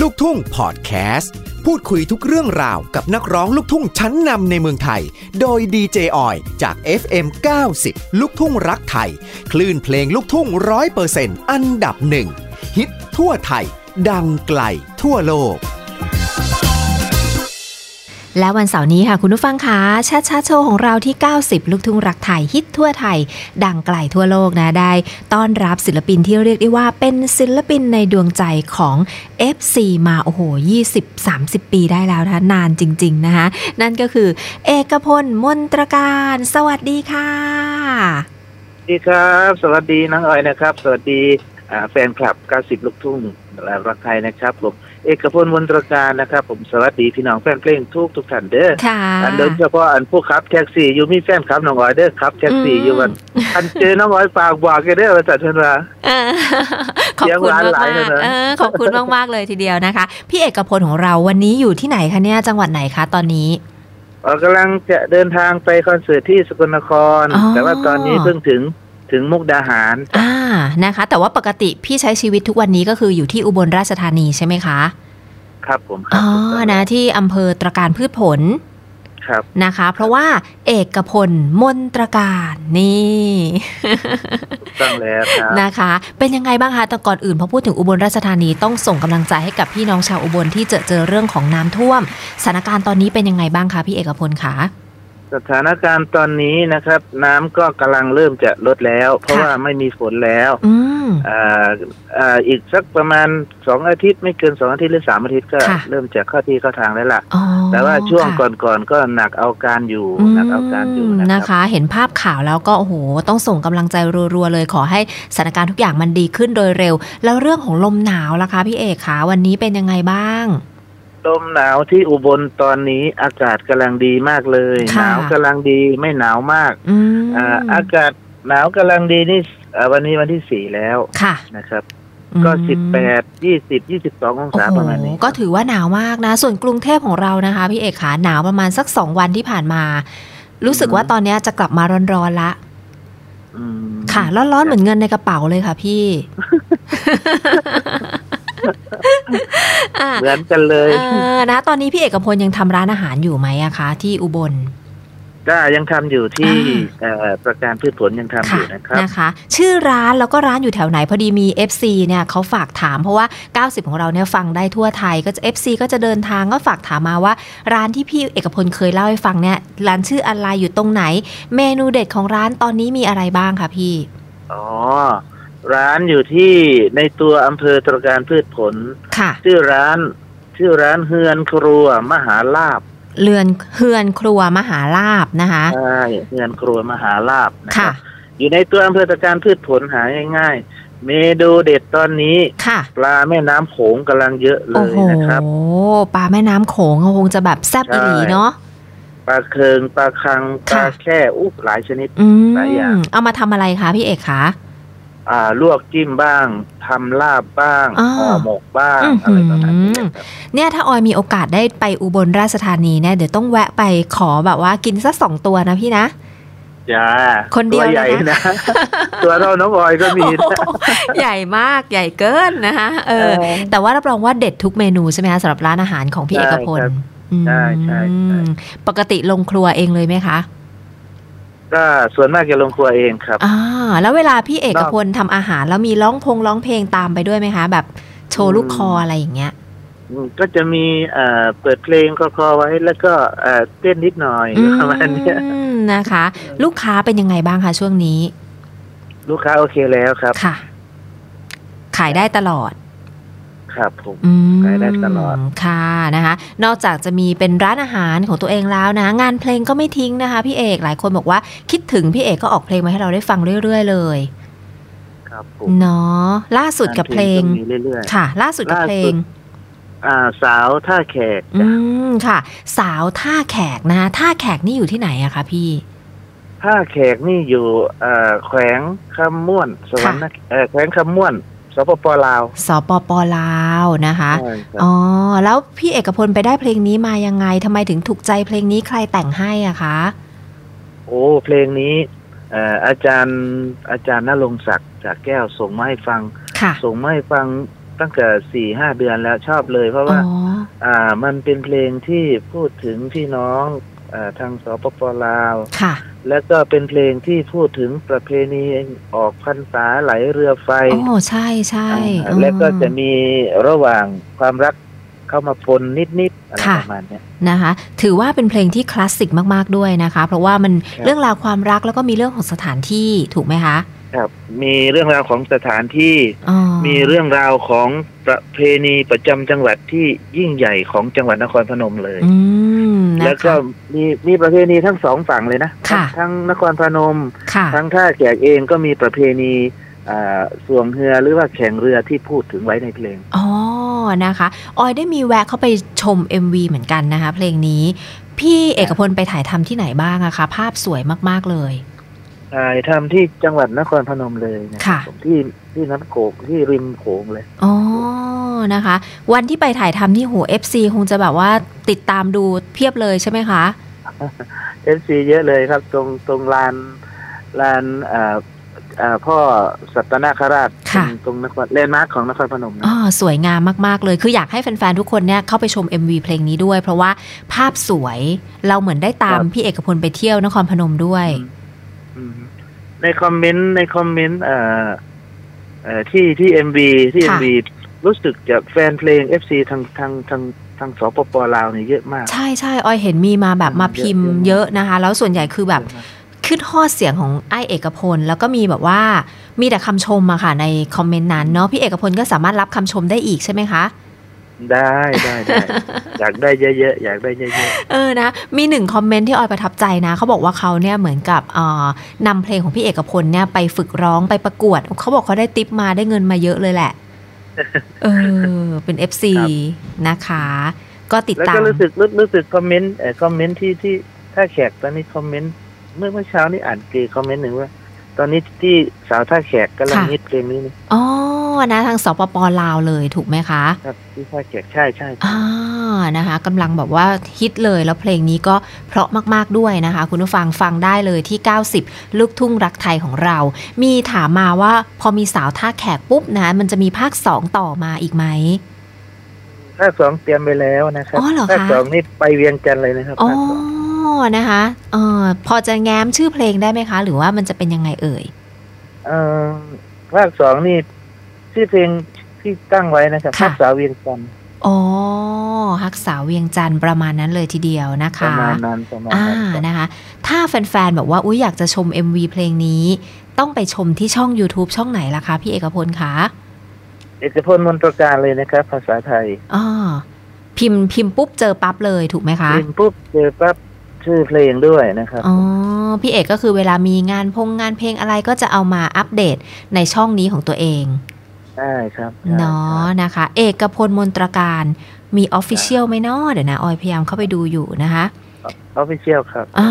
ลูกทุ่งพอดแคสต์ พูดคุยทุกเรื่องราวกับนักร้องลูกทุ่งชั้นนำในเมืองไทย โดยดีเจออยจาก FM 90 ลูกทุ่งรักไทย คลื่นเพลงลูกทุ่งร้อยเปอร์เซ็นต์อันดับหนึ่งฮิตทั่วไทย ดังไกลทั่วโลก และวันเสาร์นี้ค่ะคุณผู้ฟังคะชาชาโชว์ของเราที่ 90 ลูกทุ่งรักไทยฮิตทั่วไทย ดังไกลทั่วโลกนะได้ ต้อนรับศิลปินที่เรียกได้ว่าเป็นศิลปินในดวงใจของ FC มาโอ้โห 20-30 ปีได้แล้วนะนานจริง ๆ นะคะ นั่นก็คือ เอกพลมนตรการ สวัสดีค่ะ สวัสดีครับ สวัสดีน้องออยนะครับ สวัสดีอ่าแฟนคลับ 90 ลูกทุ่งรักไทยนะครับ ผมเอกพลมนตรการนะครับ ผมสวัสดีพี่น้องแฟนเพลงทุกทุกท่านเด้อ ค่ะ อันโดยเฉพาะอันผู้ขับแท็กซี่อยู่มีแฟนคลับน้องออยเด้อครับแท็กซี่ อืม อยู่วันอันเจอน้องออยฝากบอกกันเด้อว่าจัดเพิ่นว่า เอ อขอบคุณ เสียงหวานหลาาย กมเลย ๆ นะ เออขอบคุณมากๆเลยทีเดียวนะคะ พี่เอกพลของเราวันนี้อยู่ที่ไหนคะเนี่ยจังหวัดไหนคะตอนนี้ ออกกำลังจะเดินทางไปคอนเสิร์ตที่สกลนคร อ๋อ แต่ว่าตอนนี้เพิ่งถึงถึงมุกดาหาร อ่านะคะ แต่ว่าปกติพี่ใช้ชีวิตทุกวันนี้ก็คืออยู่ที่อุบลราชธานีใช่ไหมคะ ครับผมครั อ๋อ ถูกต้อง นะที่อำเภอตระการพืชผล ครับ นะคะ เพราะว่าเอกพลมนตรการนี่ ถูกต้องแล้วครับ นะคะ เป็นยังไงบ้างคะแต่ก่อนอื่นพอพูดถึงอุบลราชธานีต้องส่งกำลังใจให้กับพี่น้องชาวอุบลที่เจอเจอเรื่องของน้ำท่วมสถานการณ์ตอนนี้เป็นยังไงบ้างคะพี่เอกพลคะ สถานการณ์ตอนนี้นะครับ น้ำก็กำลังเริ่มจะลดแล้ว เพราะว่าไม่มีฝนแล้ว อืม อ่าอ่าอีกสักประมาณสองอาทิตย์ไม่เกินสองอาทิตย์หรือสามอาทิตย์ก็ ค่ะ เริ่มจะเข้าที่เข้าทางแล้วล่ะ อ๋อ แต่ว่าช่วง ค่ะ ก่อนๆก็หนักเอาการอยู่หนักเอาการอยู่ อืม นะ นะครับ คะ เห็นภาพข่าวแล้วก็โอ้โหต้องส่งกำลังใจรัวๆเลยขอให้สถานการณ์ทุกอย่างมันดีขึ้นโดยเร็ว แล้วเรื่องของลมหนาวล่ะคะพี่เอกคะวันนี้เป็นยังไงบ้าง ลมหนาวที่อุบลตอนนี้อากาศกำลังดีมากเลย ค่ะ หนาวกำลังดีไม่หนาวมาก อืม อ่าอากาศหนาวกำลังดีนี่อ่าวันนี้วันที่สี่แล้ว ค่ะ นะครับ อืม ก็สิบแปดยี่สิบยี่สิบสององ โอ้ ศา โห ประมาณนี้ ก็ถือว่าหนาวมากนะ ส่วนกรุงเทพของเรานะคะพี่เอกคะหนาวประมาณสักสองวันที่ผ่านมา รู้สึกว่าตอนเนี้ยจะกลับมาร้อนๆละ อืม ค่ะ ร้อนๆเหมือนเงินในกระเป๋าเลยค่ะพี่ อ่ะ เหมือนกันเลย เออนะตอนนี้พี่เอกพลยังทำร้านอาหารอยู่ไหมอะคะ ที่อุบล ก็ยังทำอยู่ที่ อ่า เอ่อประกันพืชผลยังทำอยู่นะครับ นะคะ ชื่อร้านแล้วก็ร้านอยู่แถวไหนพอดีมี FC เนี่ยเขาฝากถามเพราะว่า 90 ของเราเนี่ยฟังได้ทั่วไทยก็จะ FC ก็จะเดินทางก็ฝากถามมาว่า ร้านที่พี่เอกพลเคยเล่าให้ฟังเนี่ยร้านชื่ออะไรอยู่ตรงไหน เมนูเด็ดของร้านตอนนี้มีอะไรบ้างคะพี่ อ๋อ ร้านอยู่ที่ในตัวอำเภอตระการพืชผล ค่ะ ชื่อร้าน ชื่อร้านเฮือนครัวมหาลาบ เรือนเฮือนครัวมหาลาบนะคะ ใช่เฮือนครัวมหาลาบนะค ค่ะ รับอยู่ในตัวอำเภอตระการพืชผลหาง่ายๆ เมนูเด็ดตอนนี้ ค่ะ ปลาแม่น้ำโขงกำลังเยอะเล โอ้ ย โห นะครับ ปลาแม่น้ำโขงคงจะแบบแซ่บอีหลีเนาะ ปลาเคิงปลาคังป ค่ะ ลาแค่อุ๊บหลายชนิด อืม หลายอย่าง เอามาทำอะไรคะพี่เอกคะ อ่าลวกจิ้มบ้างทำลาบบ้าง อ่า ห่อหมกบ้าง อื้อหืออ อะไรประมาณนี้นะครับ เนี่ยถ้าออยมีโอกาสได้ไปอุบลราชธานีเนี่ยเดี๋ยวต้องแวะไปขอแบบว่ากินสักสองตัวนะพี่นะ จ้า คนเดียว ตัวใหญ่ เลยนะ นะ ตัวเท่าน้องออยก็มีนะ โอ้โห ใหญ่มากใหญ่เกินนะคะเออ แต่ว่ารับรองว่าเด็ดทุกเมนูใช่ไหมคะสำหรับร้านอาหารของพี่เอกพล ใช่ใช่ อืม ใช่ ปกติลงครัวเองเลยไหมคะ ก็ส่วนมากจะลงครัวเองครับ อ่าแล้วเวลาพี่เอกพลทำอาหารแล้วมีร้องพงร้องเพลงตามไปด้วยไหมคะ แบบโชว์ลูกคออะไรอย่างเงี้ย ก็จะมีเอ่อเปิดเพลงคอๆไว้แล้วก็เอ่อเต้นนิดหน่อย อืม ประมาณเนี้ย นะคะ ลูกค้าเป็นยังไงบ้างคะช่วงนี้ ลูกค้าโอเคแล้วครับ ค่ะ ขายได้ตลอด ครับผม อืม ขายได้ตลอด ค่ะนะคะ นอกจากจะมีเป็นร้านอาหารของตัวเองแล้วนะ งานเพลงก็ไม่ทิ้งนะคะพี่เอกหลายคนบอกว่าคิดถึงพี่เอกก็ออกเพลงมาให้เราได้ฟังเรื่อย ๆ เลย ครับผม เนาะล่าสุดกับเพลง ตามก็มีเรื่อย ค่ะ ล่าสุดกับเพล ล่าสุ ง ด ๆอ่าสาวท่าแขก อื จ้ะ มค่ะ สาวท่าแขกนะคะท่าแขกนี่อยู่ที่ไหนอะคะพี่ ท่าแขกนี่อยู่เอ่อแขวงคำม่วน สวรรค์นะเอ่อแขวงคำม่วนสปปลาว สปปลาวนะคะ ใช่ครับ อ๋อ แล้วพี่เอกพลไปได้เพลงนี้มายังไงทำไมถึงถูกใจเพลงนี้ใครแต่งให้อะคะ โอ้เพลงนี้เอ่ออาจารย์อาจารย์นรงค์ศักดิ์จากแก้วส่งมาให้ฟัง ค่ะ ส่งมาให้ฟัง ตั้งแต่สี่ห้าเดือนแล้วชอบเลย เพราะ อ๋ ว่า อ อ่ามันเป็นเพลงที่พูดถึงพี่น้องอาทางสปปลาว ค่ะ และก็เป็นเพลงที่พูดถึงประเพณีออกพรรษาไหลเรือไฟ อ๋อ ใช่ใช่ อ่าและก็จะมีระหว่างความรักเข้ามาปนนิดๆอะไร ค่ะ ประมาณเนี้ย นะคะ ถือว่าเป็นเพลงที่คลาสสิกมาก ๆ ด้วยนะคะ เพราะว่ามัน ครับ เรื่องราวความรักแล้วก็มีเรื่องของสถานที่ถูกไหมคะ ครับ มีเรื่องราวของสถานที่ อ๋อ มีเรื่องราวของประเพณีประจำจังหวัดที่ยิ่งใหญ่ของจังหวัดนครพนมเลย อืมนะคะ แล้วก็มีมีประเพณีทั้งสองฝั่งเลยนะ ค่ะ ทั้งทั้งนครพนม ค่ะ ทั้งท่าแขกเองก็มีประเพณีอ่าสวงเรือหรือว่าแข่งเรือที่พูดถึงไว้ในเพลง อ๋อ นะคะ ออยได้มีแวะเข้าไปชม MV เหมือนกันนะคะ เพลงนี้ พี่เอกพลไปถ่ายทำที่ไหนบ้างอะคะ ภาพสวยมากๆเลย ถ่ายทำที่จังหวัดนครพนมเลยนะ ค่ะ ผมที่ที่น้ำโขงที่ริมโขงเลย อ๋อ นะคะ วันที่ไปถ่ายทำนี่โห FC คงจะแบบว่าติดตามดูเพียบเลยใช่ไหมคะ เอฟซีเยอะเลยครับ ตรงตรงลานลานเอ่อเอ่อพ่อสัตนาคราช ค่ะ ตรงตรงนครแลนด์มาร์คของนครพนมนะ อ๋อ สวยงามมากๆเลย คืออยากให้แฟนๆ ทุกคนเนี่ยเข้าไปชม MV เพลงนี้ด้วย เพราะว่าภาพสวย เราเหมือนได้ตามพี่เอกพลไปเที่ยวนครพนมด้วย อืมในคอมเมนต์ในคอมเมนต์เอ่อเอ่อที่ที่เอ็มบีที่เอ็ม ค่ะ บีรู้สึกจะแฟนเพลงเอฟซีทางทางทางทางสปปลาวเนี่ยเยอะมาก ใช่ใช่ออยเห็นมีมาแบบมาพิมพ์เยอะนะคะ แล้วส่วนใหญ่คือแบบ ขึ้นฮอดเสียงของไอายเอกพล แล้วก็มีแบบว่ามีแต่คำชมอะค่ะในคอมเมนต์นั้นเนาะพี่เอกพลก็สามารถรับคำชมได้อีกใช่ไหมคะ ได้ได้ได้ อยากได้เยอะๆอยากได้เยอะ เออนะมีหนึ่งคอมเมนต์ที่ออยประทับใจนะเขาบอกว่าเขาเนี่ยเหมือนกับเอ่อนำเพลงของพี่เอกพลเนี่ยไปฝึกร้องไปประกวดเขาบอกเขาได้ติปมาได้เงินมาเยอะเลยแหละ เออเป็น FC นะคะ ก็ติด ๆแล้ว ตา ก็ ม รู้สึกรู้รู้สึกคอมเมนต์เอ่อคอมเมนต์ที่ที่ท่าแขกตอนนี้คอมเมนต์เมื่อเมื่อเช้านี้อ่านเกคอมเมนต์หนึ่งว่า ตอนนี้ที่สาวท่าแขกกำลังฮิตเพลงนี้นี่ อ๋อนะทางสปปลาวเลยถูกไหมคะ ครับที่ท่าแขกใช่ใช่ อ่านะคะกำลังแบบว่าฮิตเลยแล้วเพลงนี้ก็เพราะมาก ๆ ด้วยนะคะ คุณผู้ฟังฟังได้เลยที่ 90 ลูกทุ่งรักไทยของเรา มีถามมาว่าพอมีสาวท่าแขกปุ๊บนะมันจะมีภาค 2 ต่อมาอีกไหม ภาคสองเตรียมไปแล้วนะครับ อ๋อเหรอคะ ภาคสองนี่ไปเวียงจันทร์เลยนะครับ อ๋อ ภาคสอง นะคะเออพอจะแง้มชื่อเพลงได้ไหมคะ หรือว่ามันจะเป็นยังไงเอ่ย เอ่อภาคสองนี่ชื่อเพลงที่ตั้งไว้นะครับ ค่ะ ภาคสาวเวียงจันทร์ อ๋อฮักสาวเวียงจันทร์ประมาณนั้นเลยทีเดียวนะ ประ คะ มาณนั้นประมาณ อ่า นั้นครับ นะคะ ถ้าแฟนๆแบบว่าอุ๊ยอยากจะชม MV เพลงนี้ ต้องไปชมที่ช่อง YouTube ช่องไหนล่ะคะ พี่เอกพลคะ เอกพลมนตรการเลยนะครับ ภาษาไทย อ๋อพิมพ์พิมพ์ปุ๊บเจอปั๊บเลยถูกไหมคะ พิมพ์ปุ๊บเจอปั๊บชื่อเพลงด้วยนะครับ อ๋อพี่เอกก็คือเวลามีงานพงงานเพลงอะไรก็จะเอามาอัปเดตในช่องนี้ของตัวเอง ใช่ครับใช่ เนาะ ครับ นะคะ เอกพลมนตรการมีออฟฟิเชียลไหมเนาะเดี๋ยวนะออยพยายามเข้าไปดูอยู่นะคะ ออฟฟิเชียลครับ อ๋อ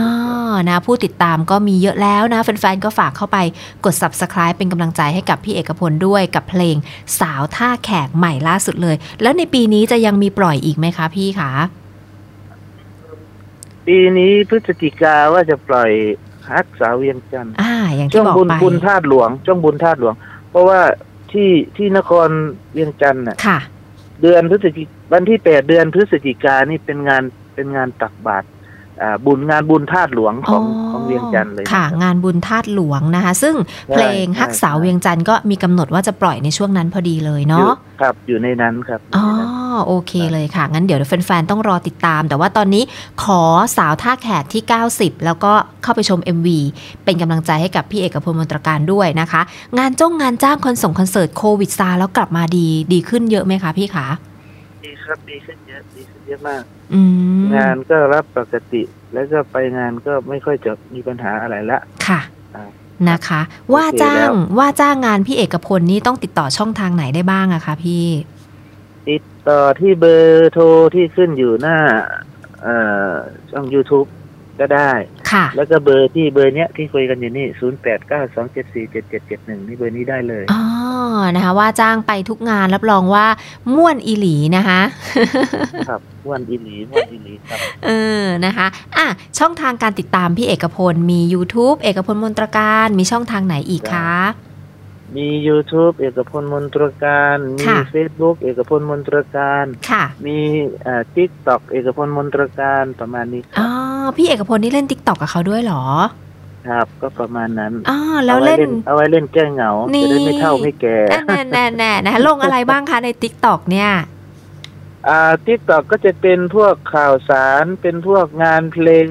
นะ ผู้ติดตามก็มีเยอะแล้วนะ แฟนๆ ก็ฝากเข้าไปกด subscribe เป็นกำลังใจให้กับพี่เอกพลด้วยกับเพลงสาวท่าแขกใหม่ล่าสุดเลย แล้วในปีนี้จะยังมีปล่อยอีกไหมคะพี่คะ ปีนี้พฤศจิกาว่าจะปล่อยฮักสาวเวียงจันทร์ อ่า อย่าง ช่ ที่ วง บอก บุญ ไป บุญธาตุหลวงช่วงบุญธาตุหลวง เพราะว่าที่ที่นครเวียงจันทร์น่ะ ค่ะ เดือนพฤศจิกวันที่แปดเดือนพฤศจิกานี่เป็นงานเป็นงานตักบาตรอ่าบุญงานบุญธาตุหลวงของของเวียงจันทร์เลย ค่ะ รับ งานบุญธาตุหลวงนะคะ ซึ่ง ใช่ เพลง ใช่ ฮักสาวเวียงจันทร์ก็มีกำหนดว่าจะปล่อยในช่วงนั้นพอดีเลย อยู่ เนาะ ครับอยู่ในนั้นครับ อ๋อยู่ ในนั้น โอเค ครับ เลยค่ะ งั้นเดี๋ยวแฟนๆ ต้องรอติดตาม แต่ว่าตอนนี้ขอสาวท่าแขกที่ 90 แล้วก็เข้าไปชม MV เป็นกำลังใจให้กับพี่เอกพลมนตรการด้วยนะคะ งานจ้องงานจ้างคอนส่งคอนเสิร์ตโควิดซาแล้วกลับมาดีดีขึ้นเยอะไหมคะพี่คะ ดีครับดีขึ้นเยอะดีขึ้นเยอะมาก อืม งานก็รับปกติ แล้วก็ไปงานก็ไม่ค่อยจะมีปัญหาอะไรละ ค่ะ อ่า นะคะ โอเค ว่าจ้า แล้ ง ว ว่าจ้างงานพี่เอกพลนี่ต้องติดต่อช่องทางไหนได้บ้างอะคะพี่ ติดต่อที่เบอร์โทรที่ขึ้นอยู่หน้าเอ่อช่อง YouTube ก็ได้ ค่ะ แล้วก็เบอร์ที่เบอร์เนี้ยที่คุยกันอยู่นี่ 0 8 9 2 7 4 7 7 7 1 นี่เบอร์นี้ได้เลย อ๋อ นะคะว่าจ้างไปทุกงานรับรองว่าม่วนอีหลีนะคะ ครับ ม่วันอีหลีม่วันอีหลีครับ เออ นะคะ อ่ะ ช่องทางการติดตามพี่เอกพล มี YouTube เอกพลมนตรการ มีช่องทางไหนอีกคะ มี YouTube เอกพลมนตรการ มี ค่ะ Facebook เอกพลมนตรการ ค่ะ มีทิกตอกเอกพลมนตรการประมาณนี้ค อ๋ รั อบ พี่เอกพลนี่เล่นติ๊กต็อกกับเขาด้วยเหรอ ครับ ก็ประมาณนั้น อ๋อแล้ว อาไ เล่น เอาไว้เล่นแก้เหงา นี่ จะได้ไม่เท่าไม่แก่ แน่แน่แน่แน่นะคะลงอะไรบ้างคะในติ๊กต็อกเนี่ย อ่าทิกตอกก็จะเป็นพวกข่าวสารเป็นพวกงานเพลง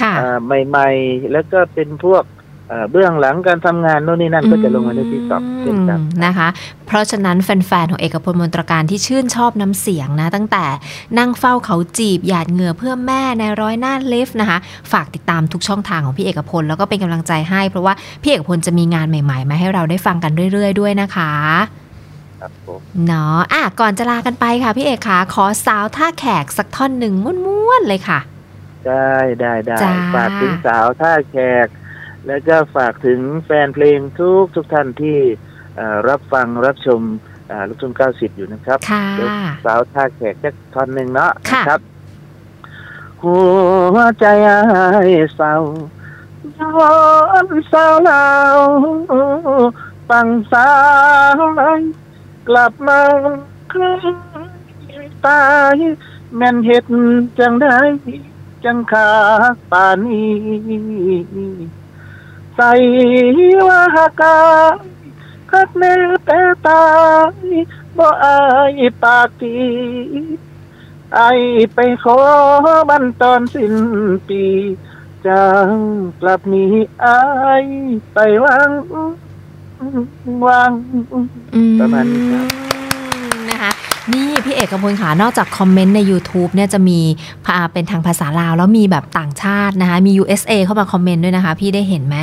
ค่ะ อ่าใหม่ ๆ แล้วก็เป็นพวกเอ่อเบื้องหลังการทำงานโน่นนี่นั่นก็จะลงมาในทิกตอกเช่นกัน อืมนะคะ เพราะฉะนั้นแฟนๆ ของเอกพลมนตรการที่ชื่นชอบน้ำเสียงนะ ตั้งแต่นั่งเฝ้าเขาจีบหยาดเหงื่อเพื่อแม่ในายร้อยหน้าเลฟนะคะ ฝากติดตามทุกช่องทางของพี่เอกพล แล้วก็เป็นกำลังใจให้ เพราะว่าพี่เอกพลจะมีงานใหม่ๆ มาให้เราได้ฟังกันเรื่อยๆ ด้วยนะคะ ครับผม เนาะอ่ะก่อนจะลากันไปค่ะพี่เอกคะขอสาวท่าแขกสักท่อนหนึ่งม้วนๆเลยค่ะ ได้ได้ได้ จ้า ฝากถึงสาวท่าแขก แล้วก็ฝากถึงแฟนเพลงทุกทุกท่านที่เอ่อรับฟังรับชมอ่าลูกทุ่ง90 อยู่นะครับ ค่ะ สาวท่าแขกจักท่อนหนึ่งเนาะ ค่ะ นะครับ หัวใจอายเศร้าย้อนเศร้าแล้วฟังสาวไหลกลับมาครั้งตายแม่นเห็ดจังได้จังขาป่านนี้ใส่ว่าหากาคัดแน่แต่ตาย บ่อายปากทีไอายไปขอบันตอนสิ้นปีเจังกลับหนีไอายไปวางวาง อื ประมาณนี้ครับ นะคะนี่พี่เอกพลขานอกจากคอมเมนต์ใน YouTube เนี่ยจะมีพาเป็นทางภาษาลาว แล้วมีแบบต่างชาตินะคะมี USA เข้ามาคอมเมนต์ด้วยนะคะ พี่ได้เห็นไหม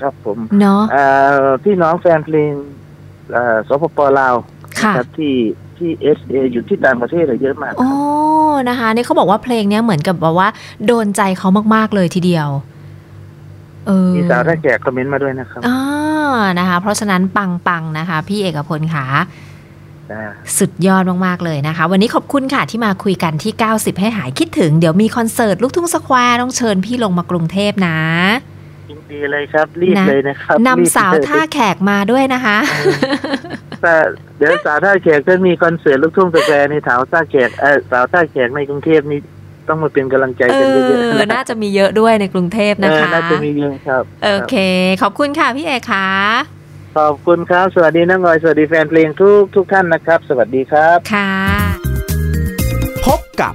ครับผม เนาะ เอ่อพี่น้องแฟนเพลงเอ่อสปปลาว ค่ะ ครับที่ที่เอสเออยู่ที่ต่างประเทศอะเยอะมาก โอ้นะคะนี่เขาบอกว่าเพลงเนี้ยเหมือนกับแบบว่า โดนใจเขามาก ๆ เลยทีเดียว เออ มีสาวท่าแขกคอมเมนต์มาด้วยนะครับ อ่านะคะ เพราะฉะนั้นปัง ๆ นะคะ พี่เอกพลค่ะ อ่า สุดยอดมาก ๆ เลยนะคะ วันนี้ขอบคุณค่ะที่มาคุยกันที่ 90 ให้หายคิดถึง เดี๋ยวมีคอนเสิร์ตลูกทุ่งสแควร์ต้องเชิญพี่ลงมากรุงเทพนะ ยินดีเลยครับ รีบ นะ เลยนะครับ นำสาว รีบเลย ท่าแขกมาด้วยนะคะ แต่เดี๋ยวสาวท่าแขกจะมีคอนเสิร์ตลูกทุ่งสแควร์ในสาวท่าแขกเออสาวท่าแขกในกรุงเทพนี่ต้องมาเป็นกำลังใจ เอ กันเยอะ อ ๆ น่าจะมีเยอะด้วยในกรุงเทพนะ เออ คะ น่าจะมีเยอะครับ โอเค ขอบคุณค่ะพี่เอกค่ะ ขอบคุณครับ สวัสดีน้องออย สวัสดีแฟนเพลงทุกทุกท่านนะครับ สวัสดีครับ ค่ะ พบกับ